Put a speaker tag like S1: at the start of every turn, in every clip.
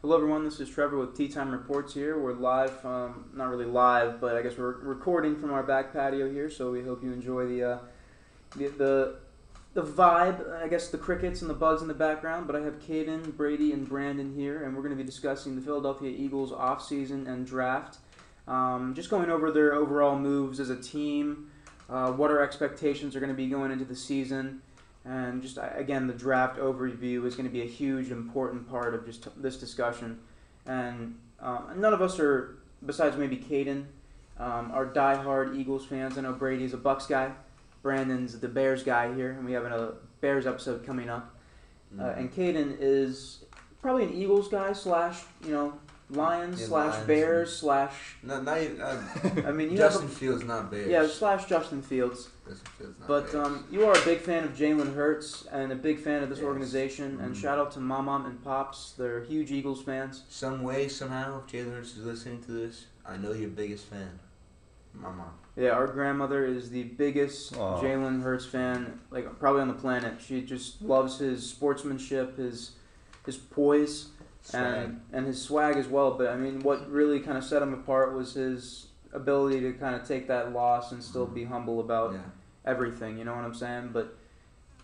S1: Hello, everyone. This is Trevor with Tea Time Reports here. We're live from, not really live, but I guess we're recording from our back patio here. So we hope you enjoy the, uh, the, the, the vibe, I guess the crickets and the bugs in the background. But I have Caden, Brady, and Brandon here, and we're going to be discussing the Philadelphia Eagles offseason and draft. Um, just going over their overall moves as a team, uh, what our expectations are going to be going into the season. And just I- again, the draft overview is going to be a huge, important part of just this discussion. And um, none of us are, besides maybe Caden, um, are diehard Eagles fans. I know Brady's a Bucks guy, Brandon's the Bears guy here, and we have another Bears episode coming up. Uh,
S2: Mm-hmm.
S1: and Caden is probably an Eagles guy slash you know Lions
S2: Yeah,
S1: slash
S2: Lions
S1: Bears slash
S2: No, not even, uh,
S1: I mean you
S2: Justin Fields not
S1: have
S2: Bears.
S1: a, yeah slash Justin Fields.
S2: Justin Fields not
S1: But
S2: Bears.
S1: um, you are a big fan of Jalen Hurts and a big fan of this
S2: Yes.
S1: organization. And
S2: Mhm.
S1: shout out to my mom and pops; they're huge Eagles fans.
S2: some way somehow, if Jalen Hurts is listening to this, I know your biggest fan, my mom.
S1: Yeah, our grandmother is the biggest
S3: Aw.
S1: Jalen Hurts fan, like probably on the planet. She just loves his sportsmanship, his his poise,
S2: Swag.
S1: and and his swag as well. But I mean, what really kind of set him apart was his ability to kind of take that loss and still be humble about
S2: yeah.
S1: everything. You know what I'm saying? But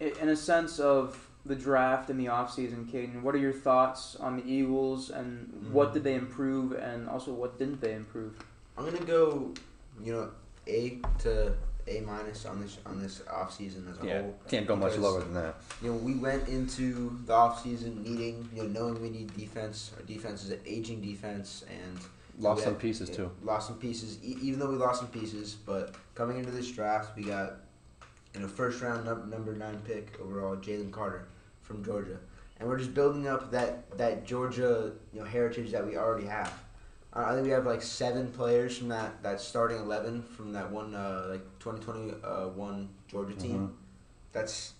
S1: i- in a sense of the draft and the offseason, Caden, what are your thoughts on the Eagles and what
S2: Mhm.
S1: did they improve and also what didn't they improve?
S2: I'm gonna go, you know, A to A minus on this on this off season as a
S3: Yeah,
S2: whole.
S3: can't go much
S2: because,
S3: lower than that.
S2: You know, we went into the off season needing, you know, knowing we need defense. Our defense is an aging defense, and
S3: Lost
S2: Yeah.
S3: some pieces too.
S2: Lost some pieces, e- even though we lost some pieces. But coming into this draft, we got in a first round num- number nine pick overall, Jalen Carter from Georgia, and we're just building up that that Georgia you know heritage that we already have. I I think we have like seven players from that, that starting eleven from that one uh, like twenty twenty uh, one Georgia
S3: Mm-hmm.
S2: team. That's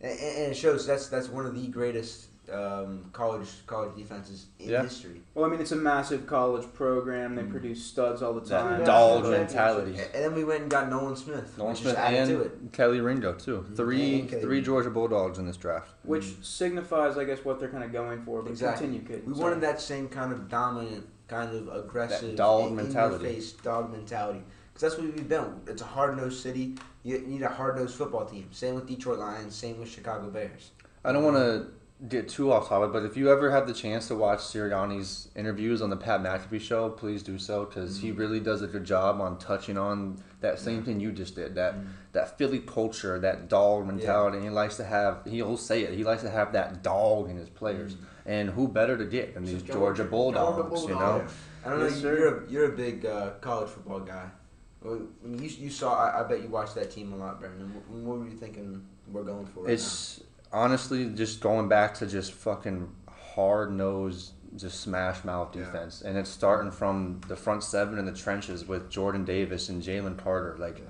S2: and, and it shows that's that's one of the greatest um, college college defenses in
S3: Yeah.
S2: history.
S1: Well, I mean, it's a massive college program. They
S2: Mm.
S1: produce studs all the time.
S3: That
S2: Yeah.
S3: doll
S2: Yeah.
S3: mentality.
S2: And then we went and got Nolan Smith.
S3: Nolan
S2: which
S3: Smith
S2: just added to it.
S3: and Kelly Ringo too.
S2: Mhm.
S3: Three
S2: And Kelly
S3: three
S2: Ringo.
S3: Georgia Bulldogs in this draft.
S1: Which signifies, I guess, what they're kind of going for. But
S2: Exactly.
S1: continue, Caden.
S2: We
S1: Sorry.
S2: wanted that same kind of dominant, kind of aggressive,
S3: That dog
S2: in-
S3: mentality.
S2: in-your-face dog mentality. Because that's what we've been. It's a hard-nosed city. You need a hard-nosed football team. Same with Detroit Lions. Same with Chicago Bears.
S3: I don't want to get too off topic, but if you ever have the chance to watch Sirianni's interviews on the Pat McAfee show, please do so because
S2: Mm-hmm.
S3: he really does a good job on touching on that same thing you just did that that Philly culture, that dog mentality. And he likes to have he'll say it. He likes to have that dog in his players, and who better to get than
S2: It's
S3: these
S2: a
S3: Georgia
S2: Georgia-
S3: Bulldogs?
S2: Georgia
S3: You know.
S2: Bulldog. I don't know.
S1: Yes,
S2: you-
S1: sir.
S2: You're a, you're a big uh, college football guy. Well, You, you saw. I, I bet you watched that team a lot, Brandon. What, what were you thinking? We're going for right
S3: It's honestly just going back to just fucking hard nosed, just smash mouth
S2: Yeah.
S3: defense, and it's starting from the front seven in the trenches with Jordan Davis and Jalen Carter. Like,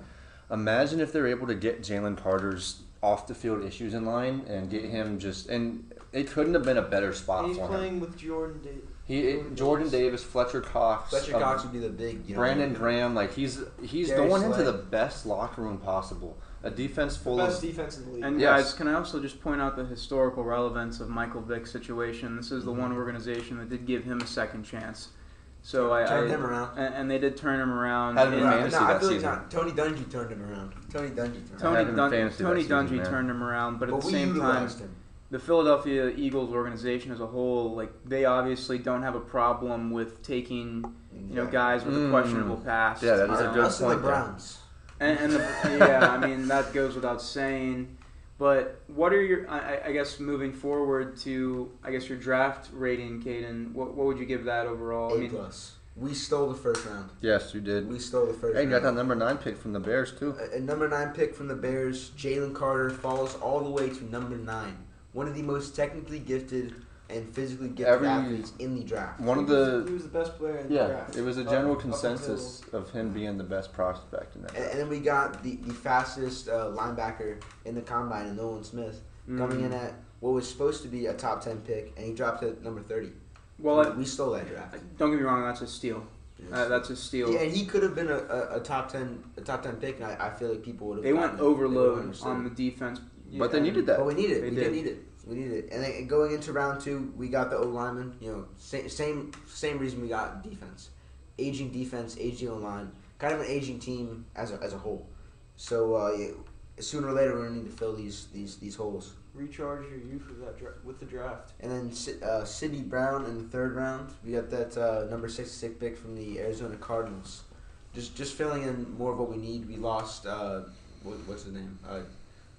S3: imagine if they're able to get Jalen Carter's off the field issues in line and get him just and it couldn't have been a better spot
S4: He's
S3: for him.
S4: playing with Jordan. Davis.
S3: He it, Jordan Davis, Fletcher Cox,
S2: Fletcher
S3: um,
S2: Cox would be the big. You know,
S3: Brandon Graham, like he's he's
S2: Darius
S3: going into
S2: Slay.
S3: the best locker room possible. A defense
S4: the
S3: full of
S4: best defense in the league.
S1: And
S3: Yes.
S1: guys, can I also just point out the historical relevance of Michael Vick's situation? This
S2: Mm-hmm.
S1: is the one organization that did give him a second chance. So I,
S2: Turn
S1: I
S2: them around.
S1: And, and they did turn him around.
S3: Had him
S1: in-
S3: in fantasy
S2: no, I
S3: that
S2: feel like
S3: season.
S2: not. Tony Dungy turned him around. Tony Dungy turned. him
S3: I
S1: Tony,
S3: had him in
S1: Dun-
S3: fantasy that
S1: Tony
S3: season,
S1: Dungy
S3: man.
S1: turned him around, but,
S2: But
S1: at the
S2: we
S1: same time,
S2: utilized him.
S1: the Philadelphia Eagles organization as a whole, like they obviously don't have a problem with taking you know
S2: Exactly.
S1: guys with a
S3: Mm.
S1: questionable past.
S3: Yeah, that
S1: you
S3: is a
S1: know?
S3: good
S2: Us and the
S3: point there.
S2: Browns.
S1: And, and the, yeah, I mean that goes without saying. But what are your? I, I- I guess moving forward to I guess your draft rating, Caden. What, what would you give that overall? I
S2: A
S1: mean,
S2: plus. We stole the first round.
S3: Yes, you did.
S2: We stole the first
S3: Hey, you got that
S2: round.
S3: number nine pick from the Bears too.
S2: A, a number nine pick from the Bears, Jalen Carter falls all the way to number nine. One of the most technically gifted and physically gifted
S3: Every-
S2: athletes in the draft.
S3: One of
S4: He was-
S3: the
S4: he was the best player in the
S3: yeah,
S4: draft.
S3: it was a
S4: Up-
S3: general
S4: up until-
S3: consensus of him being the best prospect in that.
S2: And, and then we got the, the fastest uh, linebacker in the combine, in Nolan Smith, coming
S1: mm,
S2: in
S1: Hmm.
S2: at what was supposed to be a top ten pick, and he dropped at number thirty.
S1: well, I-
S2: we stole that draft.
S1: don't get me wrong. That's a steal. Uh, that's a steal.
S2: Yeah, and he could have been a, a, a top ten a top ten pick, and I, I feel like people would have.
S1: They went
S2: gotten it. They would've
S1: overload
S2: understood.
S1: on the defense.
S3: But they needed that.
S2: But we need it.
S1: They
S2: we
S1: did.
S2: did need it. We need it. And then going into round two, we got the O lineman. You know, same same same reason we got defense, aging defense, aging O line, kind of an aging team as a, as a whole. So uh, yeah, sooner or later, we're gonna need to fill these these these holes.
S4: Recharge your youth with that dra- with the draft.
S2: And then Si- uh, Sidney Brown in the third round. We got that uh, number six sick pick from the Arizona Cardinals. Just just filling in more of what we need. We lost. Uh, what, what's his name? Uh,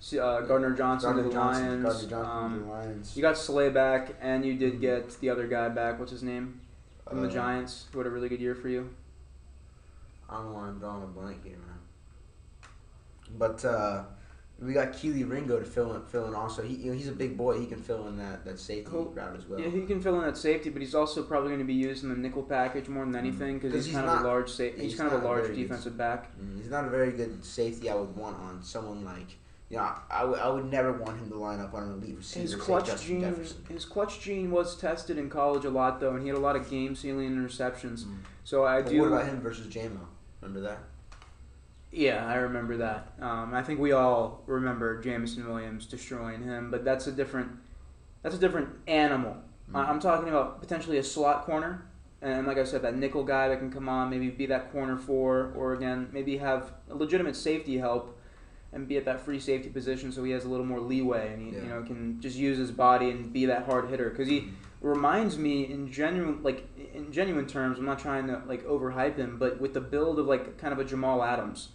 S1: See, uh, Gardner Johnson
S2: Gardner
S1: to the
S2: Johnson.
S1: Lions.
S2: Gardner Johnson to the
S1: Um,
S2: Lions. Mm-hmm.
S1: you got Slay back, and you did get the other guy back. What's his name? From the
S2: Uh,
S1: Giants, who had a really good year for you.
S2: I don't know why I'm drawing a blank here, man. But uh, we got Keely Ringo to fill in. Fill in also. He, you know, he's a big boy. He can fill in that, that safety
S1: Who-
S2: route as well.
S1: Yeah, he can fill in at safety, but he's also probably going to be used in the nickel package more than anything because
S2: Mm-hmm. 'Cause
S1: he's,
S2: he's
S1: kind of
S2: not-
S1: a large sa- He's,
S2: he's
S1: kind of
S2: not
S1: a large
S2: very good.
S1: defensive back.
S2: Mm, he's not a very good safety. I would want on someone like you know. I, I would I would never want him to line up on an elite receiver.
S1: His
S2: say
S1: clutch
S2: Justin
S1: gene,
S2: Jefferson.
S1: his clutch gene was tested in college a lot though, and he had a lot of game sealing interceptions.
S2: Mm.
S1: So I
S2: But
S1: do. Uh,
S2: What about him versus JMO? Remember that?
S1: Yeah, I remember that. Um, I think we all remember Jamison Williams destroying him, but that's a different that's a different animal.
S2: Mm. Mm-hmm.
S1: I- I'm talking about potentially a slot corner, and like I said, that nickel guy that can come on, maybe be that corner four, or again, maybe have a legitimate safety help and be at that free safety position, so he has a little more leeway and he you
S2: Yeah.
S1: know can just use his body and be that hard hitter because he reminds me in genuine like in genuine terms. I'm not trying to like overhype him, but with the build of like kind of a Jamal Adams.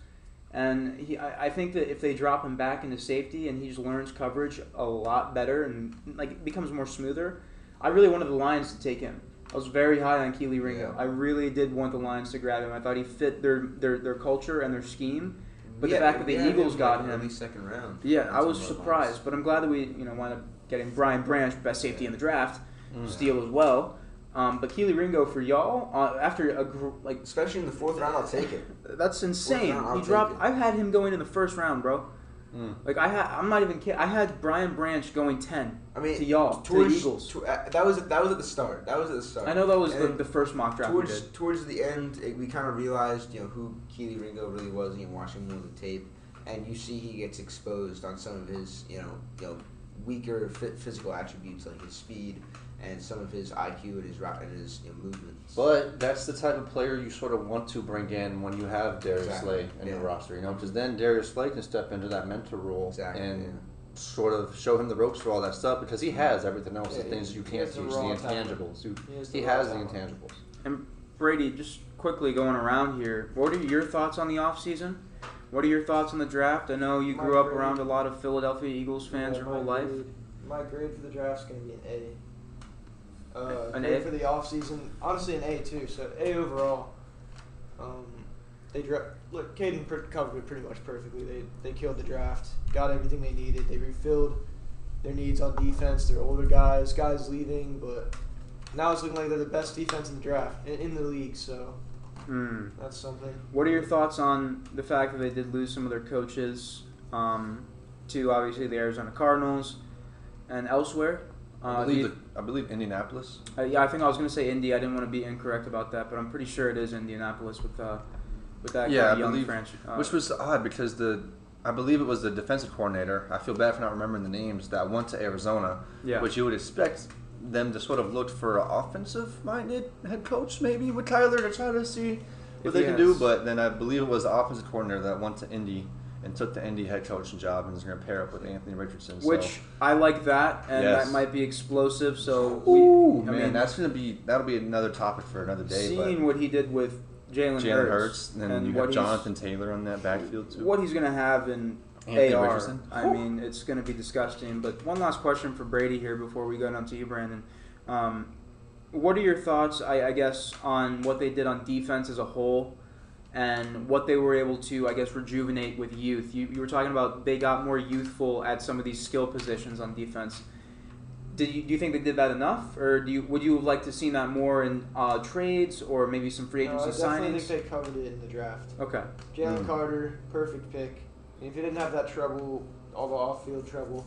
S1: And he, I, I think that if they drop him back into safety and he just learns coverage a lot better and like becomes more smoother, I really wanted the Lions to take him. I was very high on Keely Ringo.
S2: Yeah.
S1: I really did want the Lions to grab him. I thought he fit their their, their culture and their scheme. But
S2: We
S1: the
S2: had-
S1: fact that
S2: we
S1: the
S2: had
S1: Eagles
S2: him
S1: got
S2: in the
S1: him-
S2: early second round.
S1: Yeah, I was
S2: That's one of our
S1: surprised, but I'm glad that we you know wound up getting Brian Branch, best safety in the draft,
S2: Mm.
S1: steal as well. Um, but Keely Ringo for y'all uh, after a gr- like
S2: lines. Especially in the fourth round, I'll take it.
S1: that's insane.
S2: round, I'll
S1: he
S2: take
S1: dropped.
S2: it.
S1: I've had him going in the first round, bro.
S3: Mm.
S1: Like I had, I'm not even kidding. I had Brian Branch going ten
S2: I mean,
S1: to y'all to
S2: towards-
S1: the Eagles.
S2: to- uh, that was that was at the start. That was at the start.
S1: I know that was the,
S2: And
S1: the first mock draft we
S2: towards
S1: did.
S2: towards the end, it, we kind of realized you know who Keely Ringo really was, and you watch him on the tape, and you see he gets exposed on some of his you know you know weaker phy- physical attributes like his speed and some of his IQ and his ro- and his you know, movements.
S3: But that's the type of player you sort of want to bring in when you have Darius
S2: Exactly,
S3: Slay in your
S2: yeah.
S3: roster, you know, because then Darius Slay can step into that mentor role
S2: exactly.
S3: and
S2: yeah.
S3: sort of show him the ropes for all that stuff because he has everything else,
S4: Yeah,
S3: the things you
S4: he
S3: can't
S4: has the
S3: teach,
S4: raw
S3: the
S4: talent.
S3: intangibles. You-
S4: He has,
S3: He has the intangibles.
S1: Brady, just quickly going around here. What are your thoughts on the offseason? What are your thoughts on the draft? I know you
S4: My
S1: grew up
S4: grade-
S1: around a lot of Philadelphia Eagles fans your whole life.
S4: My grade for the draft's gonna be an A. Uh,
S1: An A?
S4: grade for the off season, honestly an A too. So A overall. Um, they dra- look. Caden pr- covered it pretty much perfectly. They they killed the draft, got everything they needed. They refilled their needs on defense. They're older guys, guys leaving, but now it's looking like they're the best defense in the draft in, in the league. So
S1: Hmm.
S4: that's something.
S1: What are your thoughts on the fact that they did lose some of their coaches um, to obviously the Arizona Cardinals and elsewhere?
S3: I
S1: Uh,
S3: believe,
S1: do you-
S3: that- I believe Indianapolis.
S1: Uh, yeah, I think I was gonna say Indy. I didn't want to be incorrect about that, but I'm pretty sure it is Indianapolis with uh, with that
S3: Yeah,
S1: kind of
S3: I
S1: young
S3: believe-
S1: French. Uh,
S3: Which was odd because the I believe it was the defensive coordinator. I feel bad for not remembering the names that went to Arizona,
S1: yeah,
S3: which you would expect them to sort of look for an offensive-minded head coach, maybe with Tyler to try to see what
S1: If
S3: they
S1: he
S3: can do.
S1: has-
S3: But then I believe it was the offensive coordinator that went to Indy and took the Indy head coaching job and is going to pair up with Anthony Richardson. so-
S1: which I like that, and
S3: Yes.
S1: that might be explosive. So
S3: ooh
S1: we, I
S3: man,
S1: mean,
S3: that's going to be that'll be another topic for another day. But
S1: seeing what he did with Jalen
S3: Jalen Hurts, and then you have
S1: he's-
S3: Jonathan Taylor on that backfield too.
S1: what he's gonna have in
S3: Anthony
S1: AR.
S3: Richardson.
S1: I mean, it's going to be disgusting. But one last question for Brady here before we go down to you, Brandon. Um, what are your thoughts, I, I guess, on what they did on defense as a whole and what they were able to, I guess, rejuvenate with youth? You, you were talking about they got more youthful at some of these skill positions on defense. Did you, do you think they did that enough, or do you, would you have liked to see that more in uh, trades or maybe some free
S4: No, I
S1: agency
S4: definitely
S1: signings?
S4: think they covered it in the draft.
S1: okay.
S4: Jalen
S3: Mm.
S4: Carter, perfect pick. And if he didn't have that trouble, all the off-field trouble,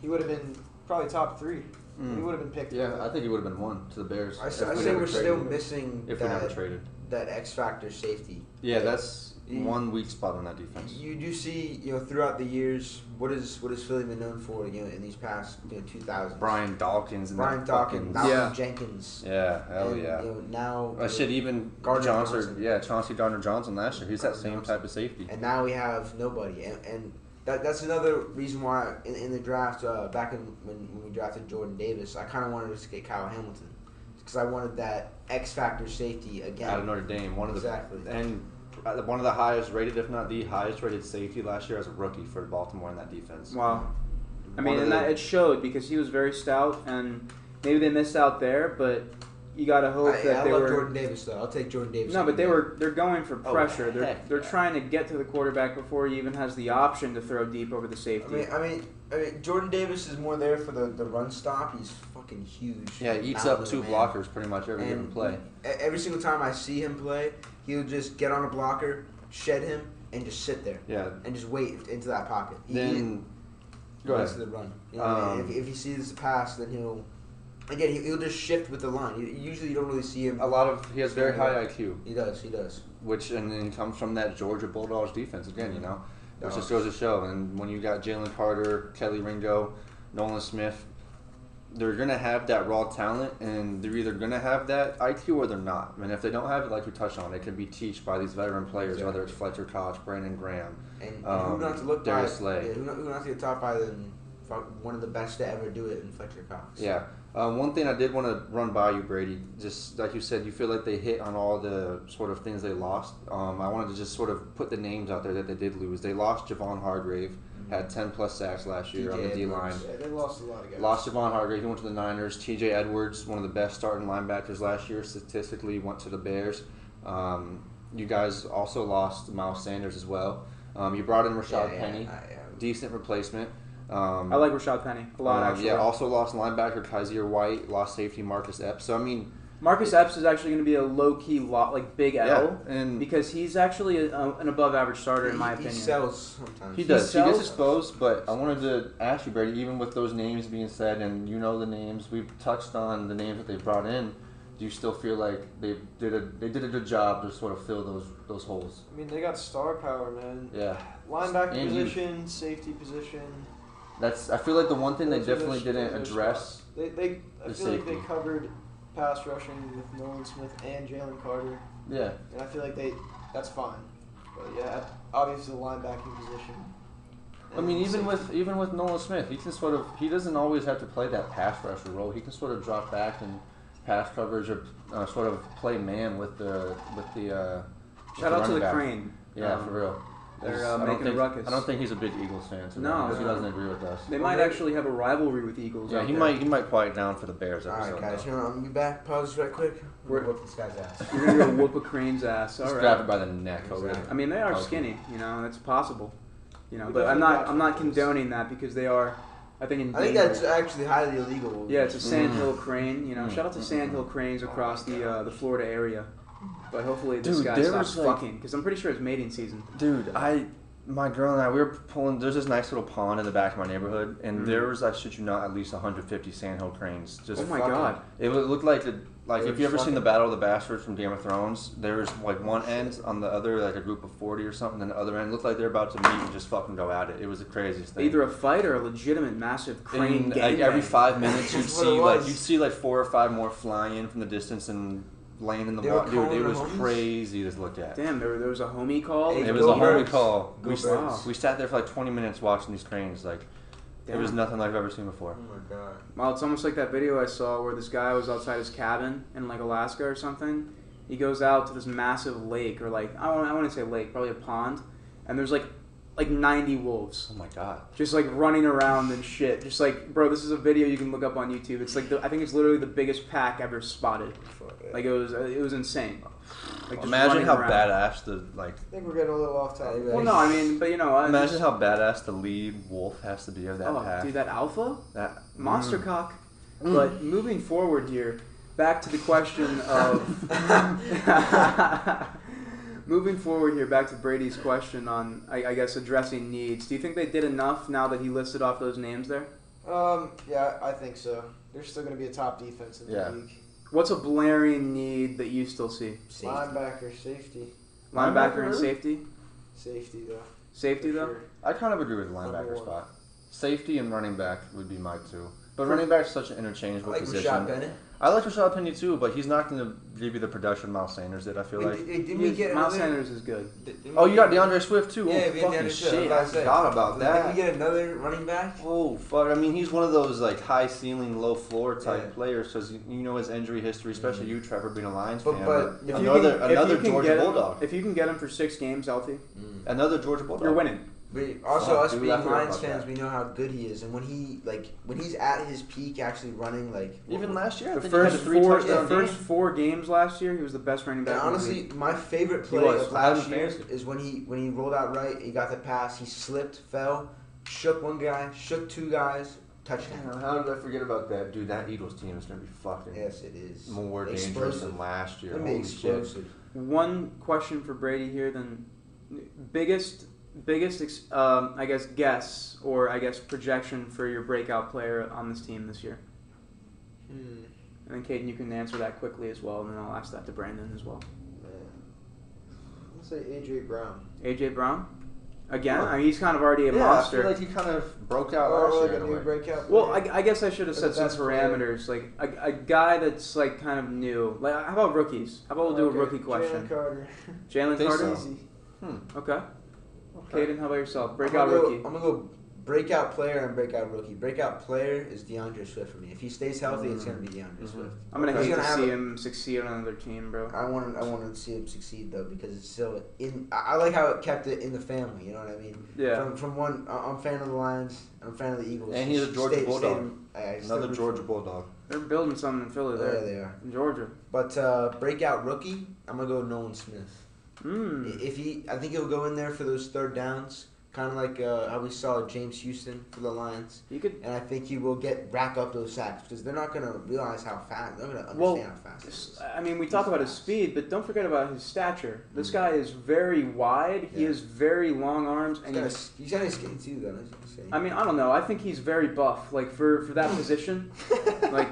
S4: he would have been probably top three. He would have been picked.
S3: Mm. Yeah, I think he would have been one to the Bears.
S2: I, s-
S3: if
S2: I
S3: we
S2: say
S3: never
S2: we're
S3: traded
S2: still
S3: him.
S2: missing
S3: if we never
S2: that,
S3: traded.
S2: that X factor safety.
S3: Yeah, that's
S2: You-
S3: one weak spot on that defense.
S2: You do see, you know, throughout the years, what is what has Philly been known for? You know, in these past you know two thousand.
S3: Brian Dawkins and
S2: Brian
S3: that
S2: Dawkins,
S3: fucking-
S2: Malcolm
S1: Yeah.
S2: Jenkins.
S3: Yeah, hell
S2: and,
S3: yeah.
S2: You know, now.
S3: I should even
S2: Gardner
S3: Johnson,
S2: Johnson.
S3: yeah, Chauncey Gardner Johnson last year. He's that
S2: Gardner
S3: same
S2: Johnson.
S3: type of safety.
S2: and now we have nobody, and, and that that's another reason why in, in the draft uh, back in, when, when we drafted Jordan Davis, I kind of wanted us to get Kyle Hamilton because I wanted that X factor safety again.
S3: out of Notre Dame, one of the
S2: Exactly.
S3: and uh, one of the highest rated, if not the highest rated safety last year as a rookie for Baltimore in that defense.
S1: Wow. I
S3: One
S1: mean,
S3: of
S1: and
S3: the-
S1: that it showed because he was very stout, and maybe they missed out there, but you gotta hope
S2: I,
S1: that
S2: I
S1: they
S2: love
S1: were.
S2: Jordan Davis though. I'll take Jordan Davis.
S1: No,
S2: any
S1: but they
S2: day.
S1: were they're going for
S3: Oh,
S1: pressure. they're
S3: heck
S1: they're
S3: yeah.
S1: trying to get to the quarterback before he even has the option to throw deep over the
S2: I
S1: safety.
S2: mean, I mean, I mean, Jordan Davis is more there for the, the run stop. He's fucking huge.
S3: Yeah, he eats
S2: Mountain
S3: up
S2: of a
S3: two
S2: man.
S3: blockers pretty much every given
S2: And
S3: play.
S2: e- every single time I see him play, he'll just get on a blocker, shed him, and just sit there
S3: Yeah.
S2: and just wait into that pocket. He,
S3: Then
S2: he
S3: go
S2: runs
S3: ahead.
S2: to the run. You know what I mean?
S3: Um,
S2: if, if he sees the pass, then he'll again he, he'll just shift with the line. You- Usually, you don't really see him.
S3: A lot of he has very high IQ,
S2: He does. He does.
S3: which and then comes from that Georgia Bulldogs defense again. You know, which
S2: Yeah.
S3: just goes to show. And when you got Jalen Carter, Kelly Ringo, Nolan Smith, they're gonna have that raw talent, and they're either gonna have that IQ or they're not. And if they don't have it, like we touched on, it can be taught by these veteran players, whether it's Fletcher Koch, Brandon Graham.
S2: And, and
S3: Um,
S2: who not to look
S3: Darius
S2: by?
S3: Slay.
S2: Yeah, who, not, who not to get top by than fuck- one of the best to ever do it in Fletcher Cox.
S3: Yeah. Um, one thing I did want to run by you, Brady, just like you said, you feel like they hit on all the sort of things they lost. Um, I wanted to just sort of put the names out there that they did lose. They lost Javon Hargrave,
S2: Mm-hmm.
S3: had 10 plus sacks last year on the
S2: TJ
S3: D line.
S2: Edwards.
S4: Yeah, they lost a lot of guys.
S3: Lost Javon Hargrave, he went to the Niners. TJ Edwards, one of the best starting linebackers last year, statistically went to the Bears. Um, you guys also lost Miles Sanders as well. Um, you brought in Rashad
S2: Yeah, yeah,
S3: Penny,
S2: I- I-
S3: decent replacement. Um,
S1: I like Rashad Penny a lot
S3: um,
S1: actually.
S3: Yeah, also lost linebacker Kaiser White, lost safety Marcus Epps. So I mean,
S1: Marcus Epps is actually going to be a low key lot like big L
S3: yeah, and
S1: because he's actually a, a- an above average starter in my
S2: he,
S1: opinion.
S2: He sells sometimes.
S3: he
S1: he
S3: does. He gets
S1: sells-
S3: exposed, but I wanted to ask you, Brady. Even with those names being said, and you know the names, we've touched on the names that they brought in. Do you still feel like they did a they did a good job to sort of fill those those holes?
S4: I mean, they got star power, man.
S3: Yeah,
S4: Linebacker
S3: And you-
S4: position, safety position.
S3: that's. I feel like the one thing they
S4: Those are their-
S3: definitely didn't
S4: those are their
S3: address.
S4: spots. They, they I
S3: the
S4: feel like they
S3: safety.
S4: covered pass rushing with Nolan Smith and Jalen Carter,
S3: Yeah,
S4: and I feel like they that's fine. But yeah, obviously the linebacking position.
S3: I mean,
S4: and
S3: even
S4: safety.
S3: with even with Nolan Smith, he can sort of he doesn't always have to play that pass rusher role. He can sort of drop back and pass coverage or uh, sort of play man with the with the. Uh, with
S1: Shout out to
S3: running
S1: the
S3: back.
S1: crane.
S3: Yeah,
S1: Um,
S3: for real.
S1: they're,
S3: It's-
S1: uh,
S3: I don't
S1: making a
S3: think,
S1: ruckus.
S3: I don't think he's a big Eagles fan. So
S1: No,
S3: he
S1: no.
S3: doesn't agree with us.
S1: They might actually have a rivalry with the Eagles.
S3: Yeah,
S1: out
S3: he
S1: there.
S3: might he might quiet down for the Bears
S2: All
S3: episode.
S2: right, guys.
S3: though.
S2: You know, I'm gonna be back. Pause right quick. We're
S1: We're-
S2: whoop this guy's ass.
S1: You're gonna go whoop a crane's ass.
S3: Just
S1: All
S3: grab
S1: right.
S3: it by the neck already.
S1: I mean, they are
S3: Okay.
S1: skinny. You know, and it's possible. You know,
S4: We
S1: but I'm
S4: definitely
S1: not.
S4: got
S1: I'm not
S4: some of those.
S1: condoning that because they are. I think in
S2: I think
S1: danger.
S2: that's actually highly illegal.
S4: uh,
S1: Yeah, it's a
S3: Mm.
S1: sandhill crane. You know,
S3: Mm.
S1: shout out to
S3: Mm.
S1: sandhill cranes across the uh, the Florida area. But hopefully this
S3: Dude,
S1: guy
S3: there
S1: stops
S3: was, like-
S1: fucking because I'm pretty sure it's mating season.
S3: Dude, I my girl and I we were pulling. There's this nice little pond in the back of my neighborhood, and
S1: Mhm.
S3: there was I shit you not at least 150 sandhill cranes. Just
S1: oh my
S2: fucking-
S1: god!
S3: It would look like the like
S2: They
S3: if
S2: were
S3: you ever seen
S2: fucking-
S3: the Battle of the Bastards from Game of Thrones, there's like one end on the other like a group of forty or something, and the other end looked like they're about to meet and just fucking go at it. It was the craziest thing.
S1: Either a fight or a legitimate massive crane.
S3: and, like
S1: gangbang.
S3: every five minutes, you'd
S2: That's what
S3: see
S2: it
S3: like
S2: was.
S3: you'd see like four or five more flying in from the distance and laying in the
S2: They were
S3: water. Dude,
S2: calling
S3: it
S2: their
S3: was
S2: homies?
S3: crazy to look at.
S1: Damn, there, there was a homie call.
S2: Hey,
S3: It
S1: and
S3: was
S2: Go
S3: a homie
S2: Birds.
S3: call.
S2: Go
S3: We,
S1: Birds.
S3: sat, we sat there for like 20 minutes watching these cranes. Like it was
S1: Damn.
S3: nothing like I've ever seen before.
S2: Oh my god.
S1: Well, it's almost like that video I saw where this guy was outside his cabin in like Alaska or something. He goes out to this massive lake or like I want I want to say lake, probably a pond, and there's like like 90 wolves
S3: Oh my god.
S1: just like running around and shit. Just like bro, this is a video you can look up on YouTube. It's like the, I think it's literally the biggest pack ever spotted. Like it was uh, it was insane. Like just
S3: Imagine
S1: running
S3: how
S1: around.
S3: badass the like
S4: I think we're getting a little off topic.
S1: Well, no, I mean, but you know, I
S3: Imagine how badass the lead wolf has to be of that
S1: oh,
S3: pack.
S1: dude, that alpha.
S3: That
S1: monster
S3: Mm.
S1: cock. But moving forward here, back to the question of moving forward here, back to Brady's question on, I, I guess, addressing needs. Do you think they did enough now that he listed off those names there?
S4: Um, yeah, I think so. They're still going to be a top defense in the
S3: Yeah.
S4: league.
S1: What's a blaring need that you still see?
S2: Safety.
S4: Linebacker, safety.
S1: Linebacker and
S3: Linebacker?
S1: safety.
S4: Safety though.
S1: Safety
S4: for
S1: though.
S4: sure.
S3: I kind of agree with the
S4: Number
S3: linebacker
S4: one.
S3: spot. Safety and running back would be my two. But running back is such an
S2: I
S3: interchangeable
S2: like
S3: position.
S2: Rashad Bennett.
S3: I like Rashad Penny too, but he's not going to give you the production Miles Sanders did. I feel
S2: Wait,
S3: like.
S2: did- didn't we
S1: Yeah,
S2: get
S1: Miles
S2: another?
S1: Sanders is good.
S2: did- didn't
S3: Oh,
S2: we
S3: you got
S2: get-
S3: DeAndre Swift too.
S2: Yeah,
S3: oh,
S2: we had
S3: fucking
S2: DeAndre Swift.
S3: shit!
S2: I
S3: I
S2: was saying.
S3: forgot about
S2: Didn't
S3: that.
S2: we get another running back?
S3: Oh fuck! I mean, he's one of those like high ceiling, low floor type
S2: Yeah.
S3: players because you know his injury history, especially you, Trevor, being a Lions
S2: But-
S3: fan.
S2: but
S1: If you
S3: another
S1: can- if
S3: another
S1: you can
S3: Georgia
S1: get him-
S3: Bulldog,
S1: If you can get him for six games healthy,
S3: another Georgia Bulldog.
S1: you're winning.
S2: But also
S3: Fuck,
S2: us
S3: dude, I
S2: being
S3: forgot
S2: Lions
S3: about
S2: fans,
S3: that.
S2: we know how good he is, and when he like when he's at his peak, actually running like
S3: Even last year, I
S1: The
S3: think he had
S1: first
S3: three
S1: four, the
S3: touchdown
S1: first
S3: games.
S1: four games last year, he was the best running
S2: And
S1: back. in the
S2: honestly,
S1: league.
S2: my favorite
S3: He
S2: play
S3: was.
S2: of last
S3: I'm
S2: year
S3: fancy.
S2: is when he when he rolled out right, he got the pass, he slipped, fell, shook one guy, shook two guys, touchdown.
S3: Man, How did I forget about that, dude? That Eagles team is gonna be fucking
S2: Yes, it is
S3: more dangerous
S2: explosive.
S3: than last year.
S2: That'd be
S3: Holy shit!
S2: explosive.
S1: one question for Brady here. Then, biggest, biggest, ex- um, I guess, guess or I guess projection for your breakout player on this team this year.
S4: Hmm.
S1: And then, Caden, you can answer that quickly as well, and then I'll ask that to Brandon as well.
S4: I'm gonna say AJ Brown.
S1: AJ Brown, again,
S3: Huh.
S1: I mean, he's kind of already a
S3: yeah,
S1: monster.
S3: I feel like he kind of broke out
S4: Or
S3: last
S4: Oh, like
S3: year.
S4: a
S3: in a
S4: new
S3: way.
S4: breakout.
S1: Well,
S4: player.
S1: I, I guess I should have
S4: For the
S1: said some
S4: best player.
S1: parameters, like a, a guy that's like kind of new. Like, how about rookies? How about we'll do
S4: Okay,
S1: a rookie
S4: Jalen
S1: question?
S4: Carter.
S1: Jalen
S3: Think
S1: Carter.
S3: so.
S4: Easy.
S1: Okay.
S3: Okay.
S1: Caden, how about yourself?
S2: I'm
S1: Breakout
S2: gonna go-
S1: rookie.
S2: I'm gonna go breakout player and breakout rookie. Breakout player is DeAndre Swift for me. If he stays healthy, it's gonna be DeAndre
S3: Mhm.
S2: Swift.
S1: I'm gonna
S2: He's
S1: hate
S2: gonna
S1: to
S2: have
S1: see
S2: a-
S1: him succeed on another team, bro.
S2: I want I want to see him succeed though because it's still in. I I like how it kept it in the family. You know what I mean?
S1: Yeah.
S2: From, from one, I- I'm a fan of the Lions. I'm a fan of the Eagles.
S3: And he's a Georgia Bulldog.
S2: I- I still
S3: Another
S2: root
S3: Georgia Bulldog.
S1: They're building something in Philly
S2: for-
S1: there.
S2: There they are.
S1: In Georgia.
S2: But uh, breakout rookie, I'm gonna go Nolan Smith.
S1: Mm.
S2: If he, I think he'll go in there for those third downs, kind of like uh, how we saw James Houston for the Lions.
S1: You could
S2: And I think he will get rack up those sacks because they're not gonna realize how fast. They're gonna understand
S1: Well,
S2: how fast. He is.
S1: I mean, we talk about his speed, but don't forget about his stature. This guy is very wide. He
S2: Mm. Yeah.
S1: has very long arms,
S2: He's
S1: and
S2: got
S1: he's,
S2: his- he's got his skin too, though. That's insane.
S1: I mean, I don't know. I think he's very buff, like for for that position. like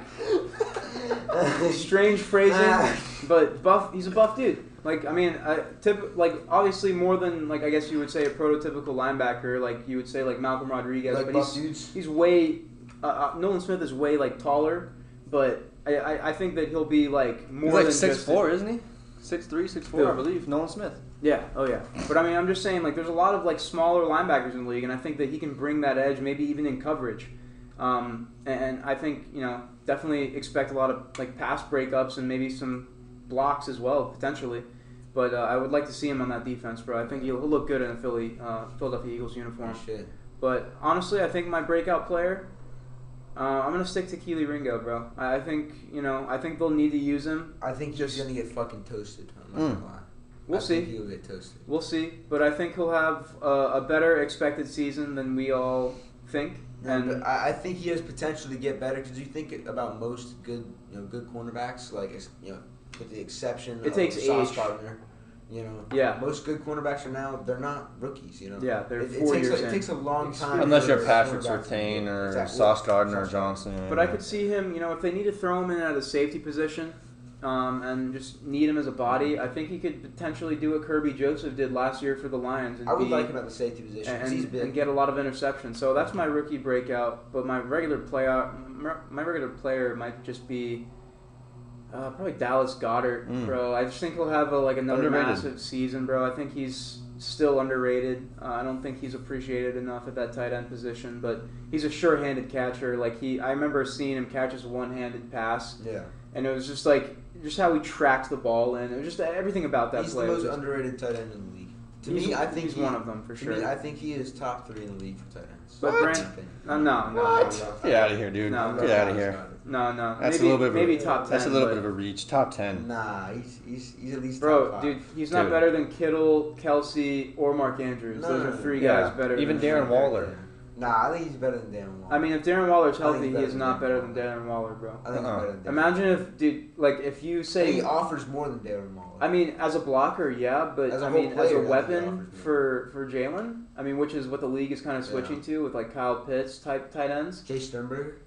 S1: strange phrasing,
S2: Ah.
S1: but buff. He's a buff dude. Like I mean, I, tip like obviously more than like I guess you would say a prototypical linebacker. Like you would say like Malcolm Rodriguez,
S2: like
S1: but
S2: buff
S1: he's
S2: dudes.
S1: he's way uh, uh, Nolan Smith is way like taller, but I, I, I think that he'll be like more
S3: He's like
S1: than
S3: six
S1: just
S3: four, isn't he? Six three, six four,
S1: Who?
S3: I believe. Nolan Smith.
S1: yeah, oh yeah. But I mean, I'm just saying like there's a lot of like smaller linebackers in the league, and I think that he can bring that edge, maybe even in coverage. Um, and, and I think you know definitely expect a lot of like pass breakups and maybe some blocks as well potentially. But uh, I would like to see him on that defense, bro. I think he'll, he'll look good in a Philly uh, Philadelphia Eagles uniform.
S2: Shit.
S1: But honestly, I think my breakout player, uh, I'm gonna stick to Keely Ringo, bro. I, I think you know, I think they'll need to use him.
S2: I think
S1: Just-
S2: he's gonna get fucking toasted. I'm not
S3: Mm.
S2: gonna lie.
S1: We'll
S2: I
S1: see.
S2: Think he'll get toasted.
S1: We'll see. But I think he'll have uh, a better expected season than we all think.
S2: And
S1: And
S2: I, I think he has potential to get better because you think about most good, you know, good cornerbacks, like ex- you know, with the exception
S1: It
S2: of
S1: takes
S2: Sauce
S1: age.
S2: Gardner. You know,
S1: Yeah.
S2: most good cornerbacks are now they're not rookies. You know,
S1: yeah, they're
S2: it, it
S1: four
S2: takes
S1: years
S2: a, it
S1: in.
S2: takes a long time.
S3: Unless
S2: for
S3: you're
S2: a
S3: Patrick
S2: cornerback to
S3: Sertain
S2: get-
S3: or
S2: Exactly.
S3: Sauce Gardner or
S2: Sauce
S3: Johnson.
S1: But I could see him. You know, if they need to throw him in at a safety position, um, and just need him as a body, I think he could potentially do what Kirby Joseph did last year for the Lions and
S2: I would
S1: be
S2: like him at the safety position because
S1: and,
S2: he's big.
S1: and get a lot of interceptions. So that's my rookie breakout. But my regular player, my regular player might just be uh, probably Dallas Goddard,
S2: Hmm.
S3: Mm.
S1: bro. I just think he'll have a, like another
S3: Underrated.
S1: massive season, bro. I think he's still underrated. Uh, I don't think he's appreciated enough at that tight end position, but he's a sure-handed catcher. Like he, I remember seeing him catch his one-handed pass,
S2: yeah,
S1: and it was just like just how he tracked the ball in. It was just everything about that
S2: he's
S1: play.
S2: the
S1: was
S2: most
S1: just-
S2: underrated tight end in the league. To
S1: he's-
S2: me, I think
S1: he's
S2: he,
S1: one of them for
S2: to
S1: sure.
S2: me, I think he is top three in the league for tight ends.
S1: But
S2: In my
S1: Brand-
S2: opinion.
S1: no, no, no.
S3: Get out of here, dude.
S1: No,
S3: Get out of here.
S1: No, no.
S3: That's a
S1: maybe,
S3: little bit of a-
S1: maybe top ten.
S3: That's a little
S1: but-
S3: bit of a reach. Top ten.
S2: Nah, he's, he's, he's at least top
S1: Bro,
S2: five.
S1: dude, he's not
S3: Dude.
S1: better than Kittle, Kelsey, or Mark Andrews.
S2: No,
S1: Those
S2: no,
S1: are
S2: no.
S1: three
S3: Yeah.
S1: guys better.
S3: Even
S1: than
S3: Darren Waller.
S2: Nah, I think he's better than Dan Waller.
S1: I mean, if Darren Waller's
S2: I think
S1: healthy,
S2: he's
S1: he
S2: better
S1: is
S2: than
S1: not
S2: Darren
S1: better than Darren
S2: Waller.
S1: Waller, bro.
S2: I think
S3: Uh-uh.
S2: he's better than Dan.
S1: Imagine if, dude, like if you
S2: Say
S1: say,
S2: he offers more than Darren Waller.
S1: I mean, as a blocker, yeah, but
S2: As a
S1: I
S2: whole
S1: mean,
S2: player,
S1: as a
S2: I think he
S1: weapon
S2: offers more.
S1: for for Jalen, I mean, which is what the league is kind of
S2: Yeah.
S1: switching to with like Kyle Pitts type tight ends.
S2: Jay Sternberger.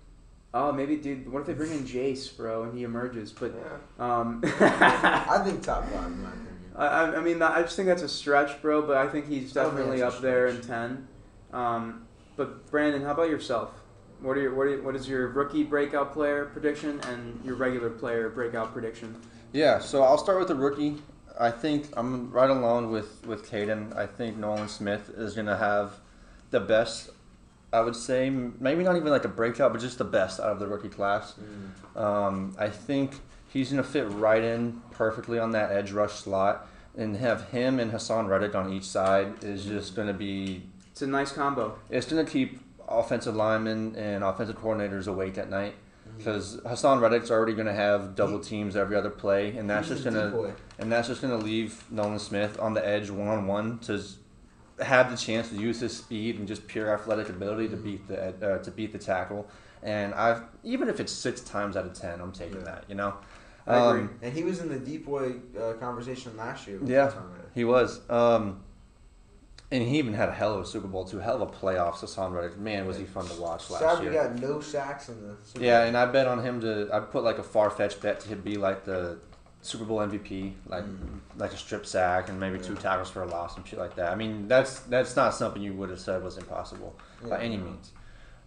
S1: Oh, maybe, dude, what if they bring in Jace, bro, and he emerges? But,
S4: Yeah.
S1: um,
S2: I think top five in my opinion.
S1: I, I- I mean, I just think that's a stretch, bro. But I think he's
S2: I don't think
S1: definitely
S2: that's a
S1: up there in
S2: stretch.
S1: ten. Um, but Brandon, how about yourself? What are your what, are, what is your rookie breakout player prediction and your regular player breakout prediction?
S3: Yeah, so I'll start with the rookie. I think I'm right along with with Caden. I think Nolan Smith is gonna have the best. I would say m- maybe not even like a breakout, but just the best out of the rookie class. Um, I think he's gonna fit right in perfectly on that edge rush slot, and have him and Hassan Reddick on each side is just gonna be.
S1: It's a nice combo.
S3: It's gonna keep offensive linemen and offensive coordinators awake at night because Hassan Reddick's already gonna have double teams every other play, and that's just gonna
S2: Decoy.
S3: and that's just going to leave Nolan Smith on the edge one on one to s- have the chance to use his speed and just pure athletic ability to beat the ed- uh, to beat the tackle. And I've even if it's six times out of ten, I'm taking
S2: Yeah.
S3: that. You know, Um,
S1: I agree.
S2: And he was in the Decoy uh, conversation last year. With
S3: Yeah.
S2: Tom Reddick.
S3: He was. Um, and he even had a hell of a Super Bowl too, hell of a playoffs. Hassan Reddick, man, was he fun to watch last
S2: Sad we
S3: year.
S2: got no sacks in the. Super
S3: Yeah,
S2: Bowl.
S3: and I bet on him to. I put like a far fetched bet to be like the Super Bowl MVP, like
S2: Mm.
S3: like a strip sack and maybe two
S2: Yeah.
S3: tackles for a loss and shit like that. I mean, that's that's not something you would have said was impossible by
S2: Yeah.
S3: any means.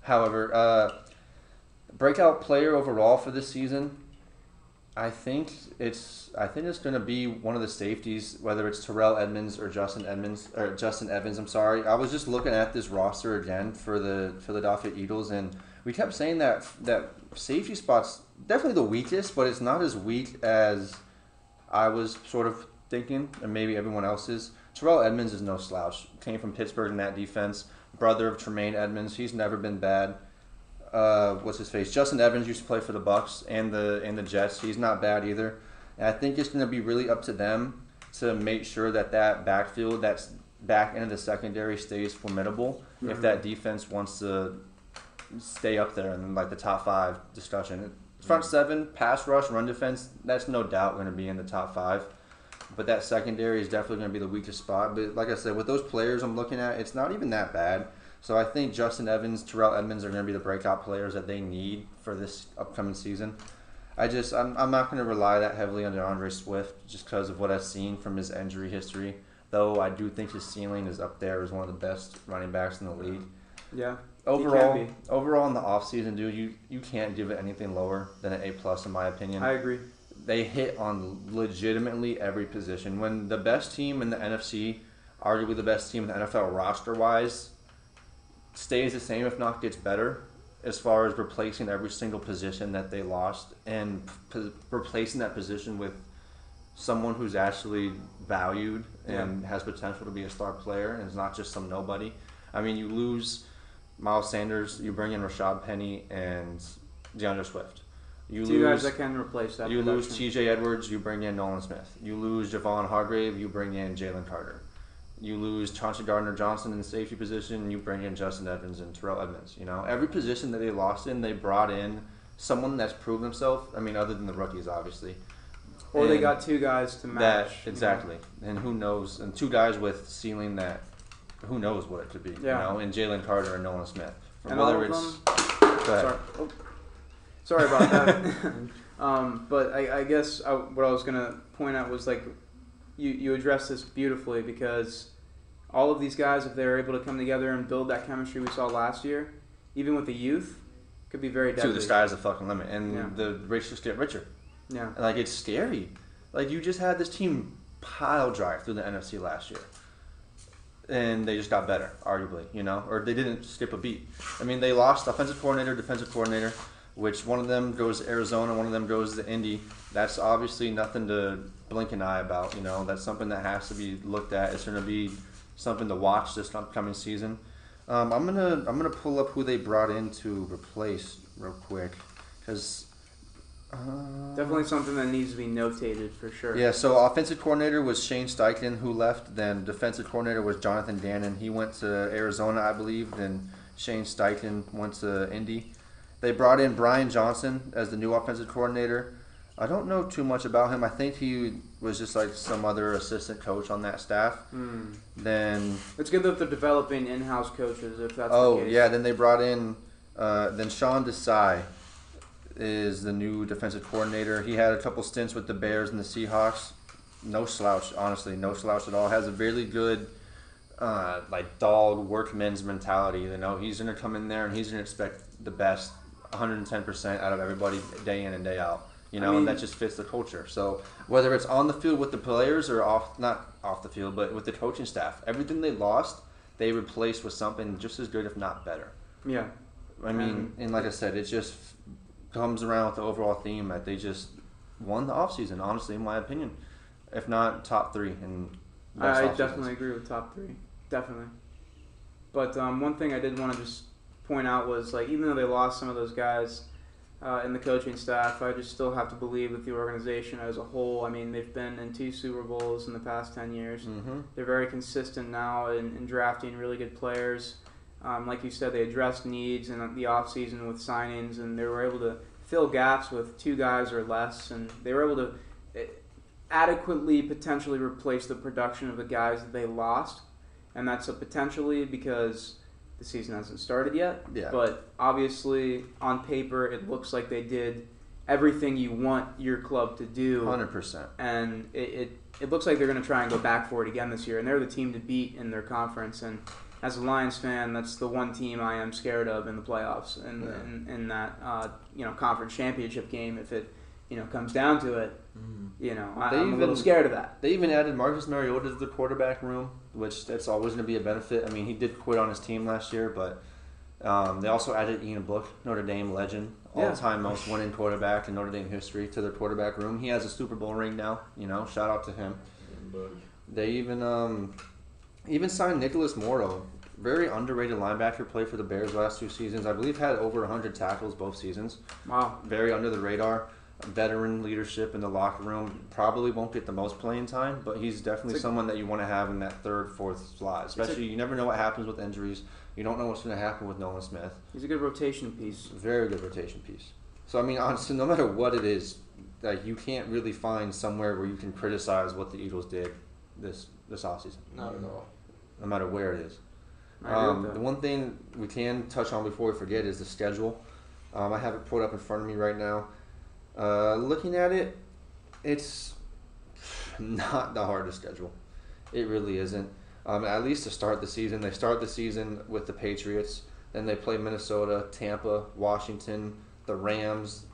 S3: However, uh, breakout player overall for this season, I think it's I think it's going to be one of the safeties, whether it's Terrell Edmonds or Justin Edmonds or Justin Evans. I'm sorry, I was just looking at this roster again for the Philadelphia Eagles, and we kept saying that that safety spot's definitely the weakest, but it's not as weak as I was sort of thinking, and maybe everyone else is. Terrell Edmonds is no slouch. Came from Pittsburgh in that defense. Brother of Tremaine Edmonds, he's never been bad. Uh, what's his face? Justin Evans used to play for the Bucks and the and the Jets. He's not bad either. And I think it's going to be really up to them to make sure that that backfield, that's back end of the secondary, stays formidable. If
S1: Mhm.
S3: that defense wants to stay up there and like the top five discussion, front seven, pass rush, run defense, that's no doubt going to be in the top five. But that secondary is definitely going to be the weakest spot. But like I said, with those players I'm looking at, it's not even that bad. So I think Justin Evans, Terrell Edmonds are going to be the breakout players that they need for this upcoming season. I just I'm, I'm not going to rely that heavily on DeAndre Swift just because of what I've seen from his injury history. Though I do think his ceiling is up there as one of the best running backs in the league.
S1: Yeah. can
S3: Overall,
S1: be.
S3: overall in the offseason, dude, you you can't give it anything lower than an A plus in my opinion
S1: I agree.
S3: they hit on legitimately every position. When the best team in the NFC, arguably the best team in the NFL roster wise, stays the same if not gets better, as far as replacing every single position that they lost and p- replacing that position with someone who's actually valued and has potential to be a star player and is not just some nobody. I mean, you lose Miles Sanders, you bring in Rashad Penny and DeAndre Swift. You
S1: Two guys that can replace that.
S3: you lose
S1: production.
S3: T.J. Edwards, you bring in Nolan Smith. You lose Javon Hargrave, you bring in Jalen Carter. You lose Chauncey Gardner Johnson in the safety position, you bring in Justin Evans and Terrell Edmonds. You know, every position that they lost in, they brought in someone that's proven himself. I mean, other than the rookies, obviously.
S1: or they
S3: and
S1: got two guys to
S3: that
S1: match. Mm-hmm. you know?
S3: exactly, and who knows? And two guys with ceiling that, who knows what it could be?
S1: Yeah.
S3: You know, and Jalen Carter and Nolan Smith.
S1: And all of them,
S3: go ahead.
S1: Sorry, oh, sorry about that. um, but I, I guess I, what I was gonna point out was like, you you addressed this beautifully because all of these guys, if they're able to come together and build that chemistry we saw last year, even with the youth, could be very deadly.
S3: Dude, the sky's the fucking limit, and
S1: Yeah.
S3: the race just get richer.
S1: Yeah,
S3: And, Like it's scary. Like you just had this team pile drive through the NFC last year, and they just got better, arguably. You know, or they didn't skip a beat. I mean, they lost offensive coordinator, defensive coordinator, which one of them goes to Arizona, one of them goes to Indy. That's obviously nothing to blink an eye about. You know, that's something that has to be looked at. It's going to be something to watch this upcoming season. Um, I'm gonna I'm gonna pull up who they brought in to replace real quick, uh, because.
S1: definitely something that needs to be notated for sure.
S3: Yeah, so offensive coordinator was Shane Steichen, who left. Then defensive coordinator was Jonathan Gannon. He went to Arizona, I believe. Then Shane Steichen went to Indy. They brought in Brian Johnson as the new offensive coordinator. I don't know too much about him. I think he was just like some other assistant coach on that staff.
S1: Hmm.
S3: Then
S1: It's good that they're developing in-house coaches. If that's
S3: oh
S1: the case.
S3: yeah, then they brought in uh, then Sean Desai is the new defensive coordinator. He had a couple stints with the Bears and the Seahawks. no slouch, honestly, no slouch at all. Has a really good, uh, like dogged workman's mentality. You know, he's gonna come in there and he's gonna expect the best, 110 percent out of everybody, day in and day out. You
S1: I
S3: know,
S1: mean-
S3: and that just fits the culture. So whether it's on the field with the players or off, not off the field, but with the coaching staff, everything they lost, they replaced with something just as good, if not better.
S1: Yeah.
S3: I
S1: Um,
S3: mean, and like I said, it just comes around with the overall theme that they just won the offseason, honestly, in my opinion. If not top three. And best
S1: I, I
S3: off seasons.
S1: definitely agree with top three, definitely. But um, one thing I did want to just point out was like even though they lost some of those guys uh, in the coaching staff, I just still have to believe that the organization as a whole. I mean, they've been in two Super Bowls in the past ten years.
S3: Mhm.
S1: They're very consistent now in, in drafting really good players. Um, like you said, they addressed needs in the offseason with signings, and they were able to fill gaps with two guys or less, and they were able to eh, adequately potentially replace the production of the guys that they lost. And that's a potentially because the season hasn't started yet.
S3: Yeah.
S1: But obviously, on paper, it looks like they did everything you want your club to do
S3: 100%.
S1: and it, it, it looks like they're going to try and go back for it again this year. And they're the team to beat in their conference. And as a Lions fan, that's the one team I am scared of in the playoffs and
S3: Yeah.
S1: in, in that uh, you know conference championship game. If it you know comes down to it,
S2: Mhm.
S1: you know I,
S3: They
S1: I'm a little
S3: even-
S1: scared of that.
S3: They even added Marcus Mariota to the quarterback room, which that's always going to be a benefit. I mean, he did quit on his team last year, but um, they also added Ian Book, Notre Dame legend,
S1: Yeah.
S3: all-time most winning quarterback in Notre Dame history, to their quarterback room. He has a Super Bowl ring now. You know, shout out to him. They even um, even signed Nicholas Morrow, very underrated linebacker, played for the Bears last two seasons. I believe had over 100 tackles both seasons.
S1: Wow.
S3: Very under the radar, veteran leadership in the locker room. Probably won't get the most playing time, but he's definitely
S1: It's a-
S3: someone that you want to have in that third, fourth slot.
S1: a-
S3: Especially you never know what happens with injuries. You don't know what's going to happen with Nolan Smith.
S1: He's a good rotation piece.
S3: Very good rotation piece. So I mean, honestly, no matter what it is, like you can't really find somewhere where you can criticize what the Eagles did this this offseason
S4: Not at all.
S3: no matter where it is.
S1: I agree
S3: Um,
S1: with
S3: the
S1: that.
S3: one thing we can touch on before we forget is the schedule. Um, I have it pulled up in front of me right now. Uh, looking at it, it's not the hardest schedule. It really isn't. Um, at least to start the season, they start the season with the Patriots. Then they play Minnesota, Tampa, Washington, the Rams.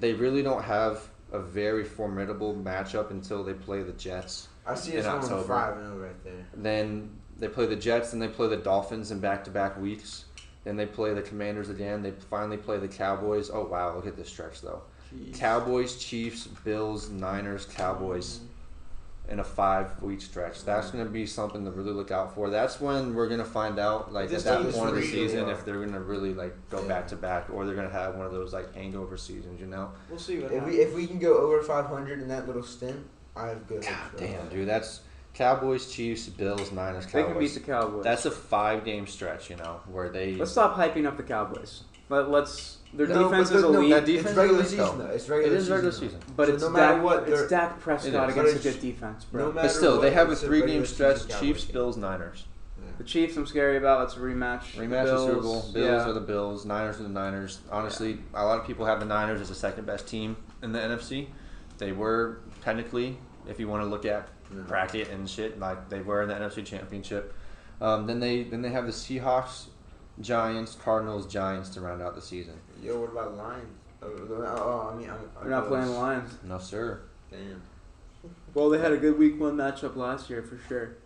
S3: They really don't have a very formidable matchup until they play the Jets.
S2: I see
S3: In
S2: us going
S3: October.
S2: five and oh right there.
S3: Then they play the Jets, then they play the Dolphins in back to back weeks. Then they play the Commanders again. They finally play the Cowboys. Oh, wow, look at this stretch, though.
S4: Jeez.
S3: Cowboys, Chiefs, Bills, Niners, Cowboys
S4: Mm.
S3: in a five week stretch. That's going to be something to really look out for. That's when we're going to find out, like,
S4: This
S3: at that
S4: team is
S3: point of the
S4: really
S3: season,
S2: good.
S3: if they're going to really, like, go
S2: Yeah.
S3: back to back or they're going to have one of those, like, hangover seasons, you know?
S4: We'll see what
S2: If we
S4: happens.
S2: if we can go over five hundred in that little stint, I have good.
S3: God
S2: hopes for
S3: damn,
S2: us.
S3: dude. That's Cowboys, Chiefs, Bills, Niners,
S1: they can beat
S3: Cowboys.
S1: the Cowboys.
S3: That's a five game stretch, you know, where they.
S1: Let's stop hyping up the Cowboys. Let, let's their
S2: No,
S1: defense
S2: but
S1: is
S2: the- no,
S1: elite,
S3: that
S2: It's
S3: defense
S2: regular
S3: is elite,
S2: season
S3: though.
S2: though. It's regular
S3: it is
S2: season.
S3: regular
S2: though.
S3: season.
S1: but
S2: so
S1: it's
S2: no matter
S1: Dak,
S2: what,
S1: it's
S2: they're-
S1: Dak Prescott
S3: is.
S1: against a
S2: But it's-
S1: good defense, bro.
S2: No matter
S3: But still,
S2: what,
S3: they have a
S2: it's
S3: three game
S2: regular
S3: stretch:
S2: season Cowboys
S3: Chiefs,
S2: game.
S3: Bills, Niners.
S2: Yeah.
S1: The Chiefs, I'm scary about. That's a rematch.
S3: Rematch
S1: Bills,
S3: the Super Bowl. Bills
S1: yeah.
S3: are the Bills. Niners are the Niners. Honestly, a lot of people have the Niners as the second best team in the NFC. They were technically, if you want to look at
S2: Yeah.
S3: bracket and shit, like they were in the NFC Championship. Um, then they then they have the Seahawks, Giants, Cardinals, Giants to round out the season.
S2: Yo, what about Lions? Oh, oh, I mean, I'm,
S1: They're not playing the Lions.
S3: No sir.
S2: Damn.
S1: Well, they had a good week one matchup last year for sure.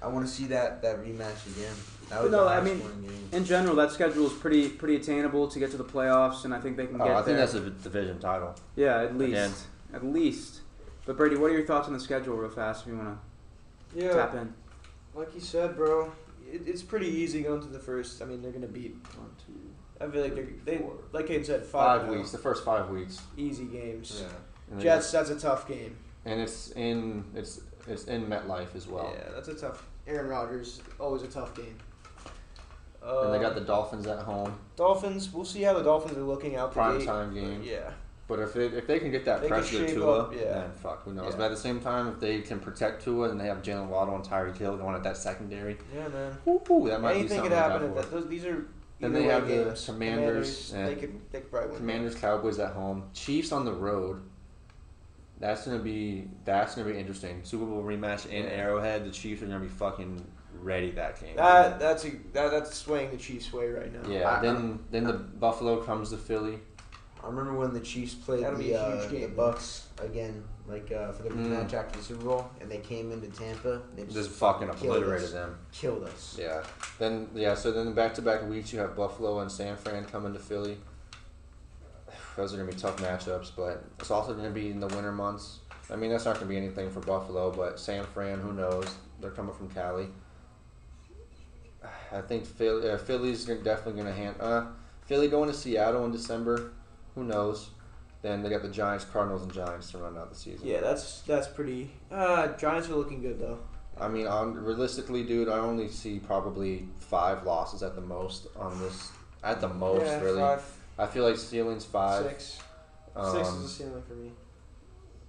S2: I want to see that that rematch again. That was
S1: No,
S2: the
S1: I
S2: highest
S1: mean-
S2: scoring game.
S1: In general, that schedule is pretty pretty attainable to get to the playoffs, and I think they can
S3: Oh,
S1: get
S3: I think
S1: there.
S3: that's a division title.
S1: yeah, at least
S3: Again.
S1: at least. But Brady, what are your thoughts on the schedule, real fast, if you want to
S4: yeah,
S1: tap in?
S4: like you said, bro, it, it's pretty easy going through the first. I mean, they're gonna beat.
S1: One, two.
S4: I feel like they're they
S3: Four.
S4: like Abe said
S3: Five,
S4: five, now.
S3: weeks. The first five weeks.
S4: easy games.
S2: Yeah.
S3: And then-
S4: Jets, that's a tough game.
S3: And it's in it's it's in MetLife as well.
S4: yeah, that's a tough. Aaron Rodgers, always a tough game.
S3: And they
S4: Um,
S3: got the Dolphins at home,
S4: Dolphins. We'll see how the Dolphins are looking out the
S3: prime
S4: gate.
S3: time game.
S4: Yeah,
S3: But if they, if they can get that
S4: They can
S3: pressure to
S4: shape
S3: Tua,
S4: up, yeah.
S3: then fuck, who knows?
S4: Yeah.
S3: But at the same time, if they can protect Tua and they have Jalen Waddle and Tyreek Hill going at that secondary,
S4: yeah, man.
S3: ooh, ooh, that might
S4: Anything
S3: be something
S4: could
S3: to
S4: happen. If
S3: look out
S4: that, those, these are
S3: Then
S4: either
S3: they
S4: way
S3: have the
S4: games.
S3: Commanders,
S4: Commanders,
S3: yeah.
S4: They could they could probably
S3: for.
S4: win.
S3: Commanders, Cowboys at home, Chiefs on the road, That's gonna be that's gonna be interesting. Super Bowl rematch in Arrowhead. The Chiefs are gonna be fucking ready that game.
S4: That that's a that, that's swaying the Chiefs' way right now.
S3: yeah.
S2: I-
S3: then then the Buffalo comes to Philly.
S2: I remember when the Chiefs played
S4: That'll
S2: the,
S4: be a
S2: uh,
S4: huge game.
S2: the Bucks again, like uh, for the
S3: Mm.
S2: match after the Super Bowl, and they came into Tampa. They just
S3: Just fucking
S2: killed
S3: obliterated
S2: us.
S3: them.
S2: killed us.
S3: Yeah. Then yeah. So then back to back weeks you have Buffalo and San Fran coming to Philly. Those are gonna be tough matchups, but it's also gonna be in the winter months. I mean, that's not gonna be anything for Buffalo, but San Fran, who knows? They're coming from Cali. I think Philly, uh, Philly's gonna- definitely gonna hand. Uh, Philly going to Seattle in December. Who knows? Then they got the Giants, Cardinals, and Giants to run out the season.
S4: Yeah, that's that's pretty. Uh, Giants are looking good though.
S3: I mean, on realistically, dude, I only see probably five losses at the most on this. At the most,
S4: yeah,
S3: really.
S4: five,
S3: I feel like ceiling's five.
S4: six,
S3: Um,
S4: six is a ceiling for me.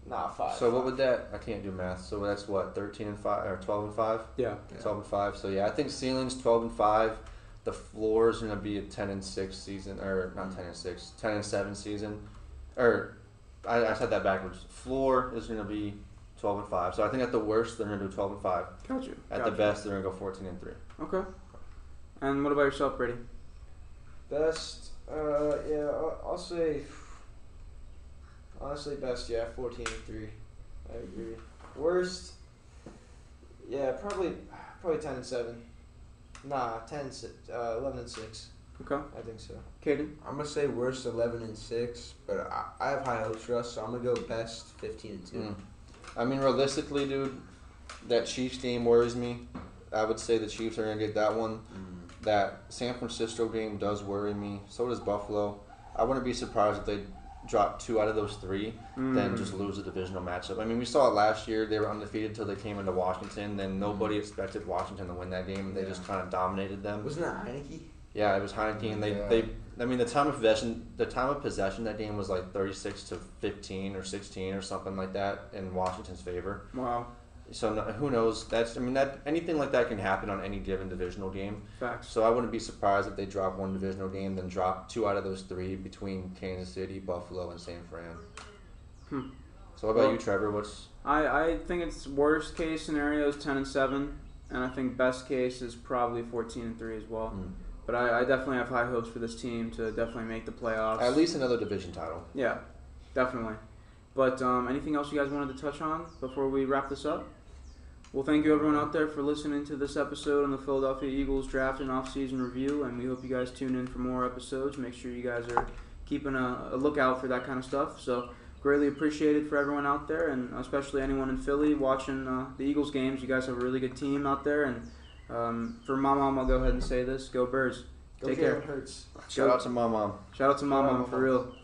S4: Nah, five.
S3: So what would that? I can't do math. So that's what thirteen and five or twelve and five.
S1: Yeah.
S2: Yeah.
S3: Twelve and five. So yeah, I think ceiling's twelve and five. The floor is gonna be a ten and six season, or not ten and six, 10 and seven season, or I, I said that backwards. Floor is gonna be twelve and five. So I think at the worst they're gonna do twelve and five.
S1: Got you.
S3: At
S1: Got
S3: the
S1: you.
S3: best they're gonna go fourteen and three.
S1: Okay. And what about yourself, Brady?
S4: best? Uh, yeah, I'll, I'll say. Honestly, best. Yeah, fourteen and three. I agree. Worst. Yeah, probably probably ten and seven. Nah, ten and six, uh, eleven and six.
S1: Okay.
S4: I think so.
S1: Caden?
S2: I'm gonna say worst eleven and six, but I, I have high hopes for us, so I'm gonna go best fifteen and two.
S3: Mm. I mean, realistically, dude, that Chiefs game worries me. I would say the Chiefs are gonna get that one.
S2: Mm.
S3: That San Francisco game does worry me. So does Buffalo. I wouldn't be surprised if they drop two out of those three, then
S1: Mm.
S3: just lose a divisional matchup. I mean, we saw it last year. They were undefeated until they came into Washington. Then nobody expected Washington to win that game. and They just kind of dominated them.
S2: Mm. Wasn't that Heineke?
S3: Yeah, it was Heineke, and they,
S2: Yeah.
S3: they I mean the time of possession the time of possession that game was like thirty six to fifteen or sixteen or something like that in Washington's favor.
S1: Wow.
S3: So no, who knows? That's I mean that anything like that can happen on any given divisional game.
S1: Facts.
S3: So I wouldn't be surprised if they drop one divisional game, then drop two out of those three between Kansas City, Buffalo, and San Fran.
S1: Hmm.
S3: So what about
S1: Well-
S3: you, Trevor? What's
S1: I, I think it's worst case scenario is ten and seven, and I think best case is probably fourteen and three as well.
S3: Mm.
S1: But I, I definitely have high hopes for this team to definitely make the playoffs.
S3: at least another division title?
S1: Yeah, definitely. But um, anything else you guys wanted to touch on before we wrap this up? Well, thank you everyone out there for listening to this episode on the Philadelphia Eagles draft and offseason review, and we hope you guys tune in for more episodes. Make sure you guys are keeping a, a lookout for that kind of stuff. So greatly appreciated for everyone out there, and especially anyone in Philly watching uh, the Eagles games. You guys have a really good team out there, and um, for my mom, I'll go ahead and say this: Go Birds!
S4: Go
S1: Take
S4: Jalen Hurts.
S3: Shout out to my mom.
S1: Shout out to my
S4: Shout out
S1: mom
S4: my
S1: for
S4: mom.
S1: real.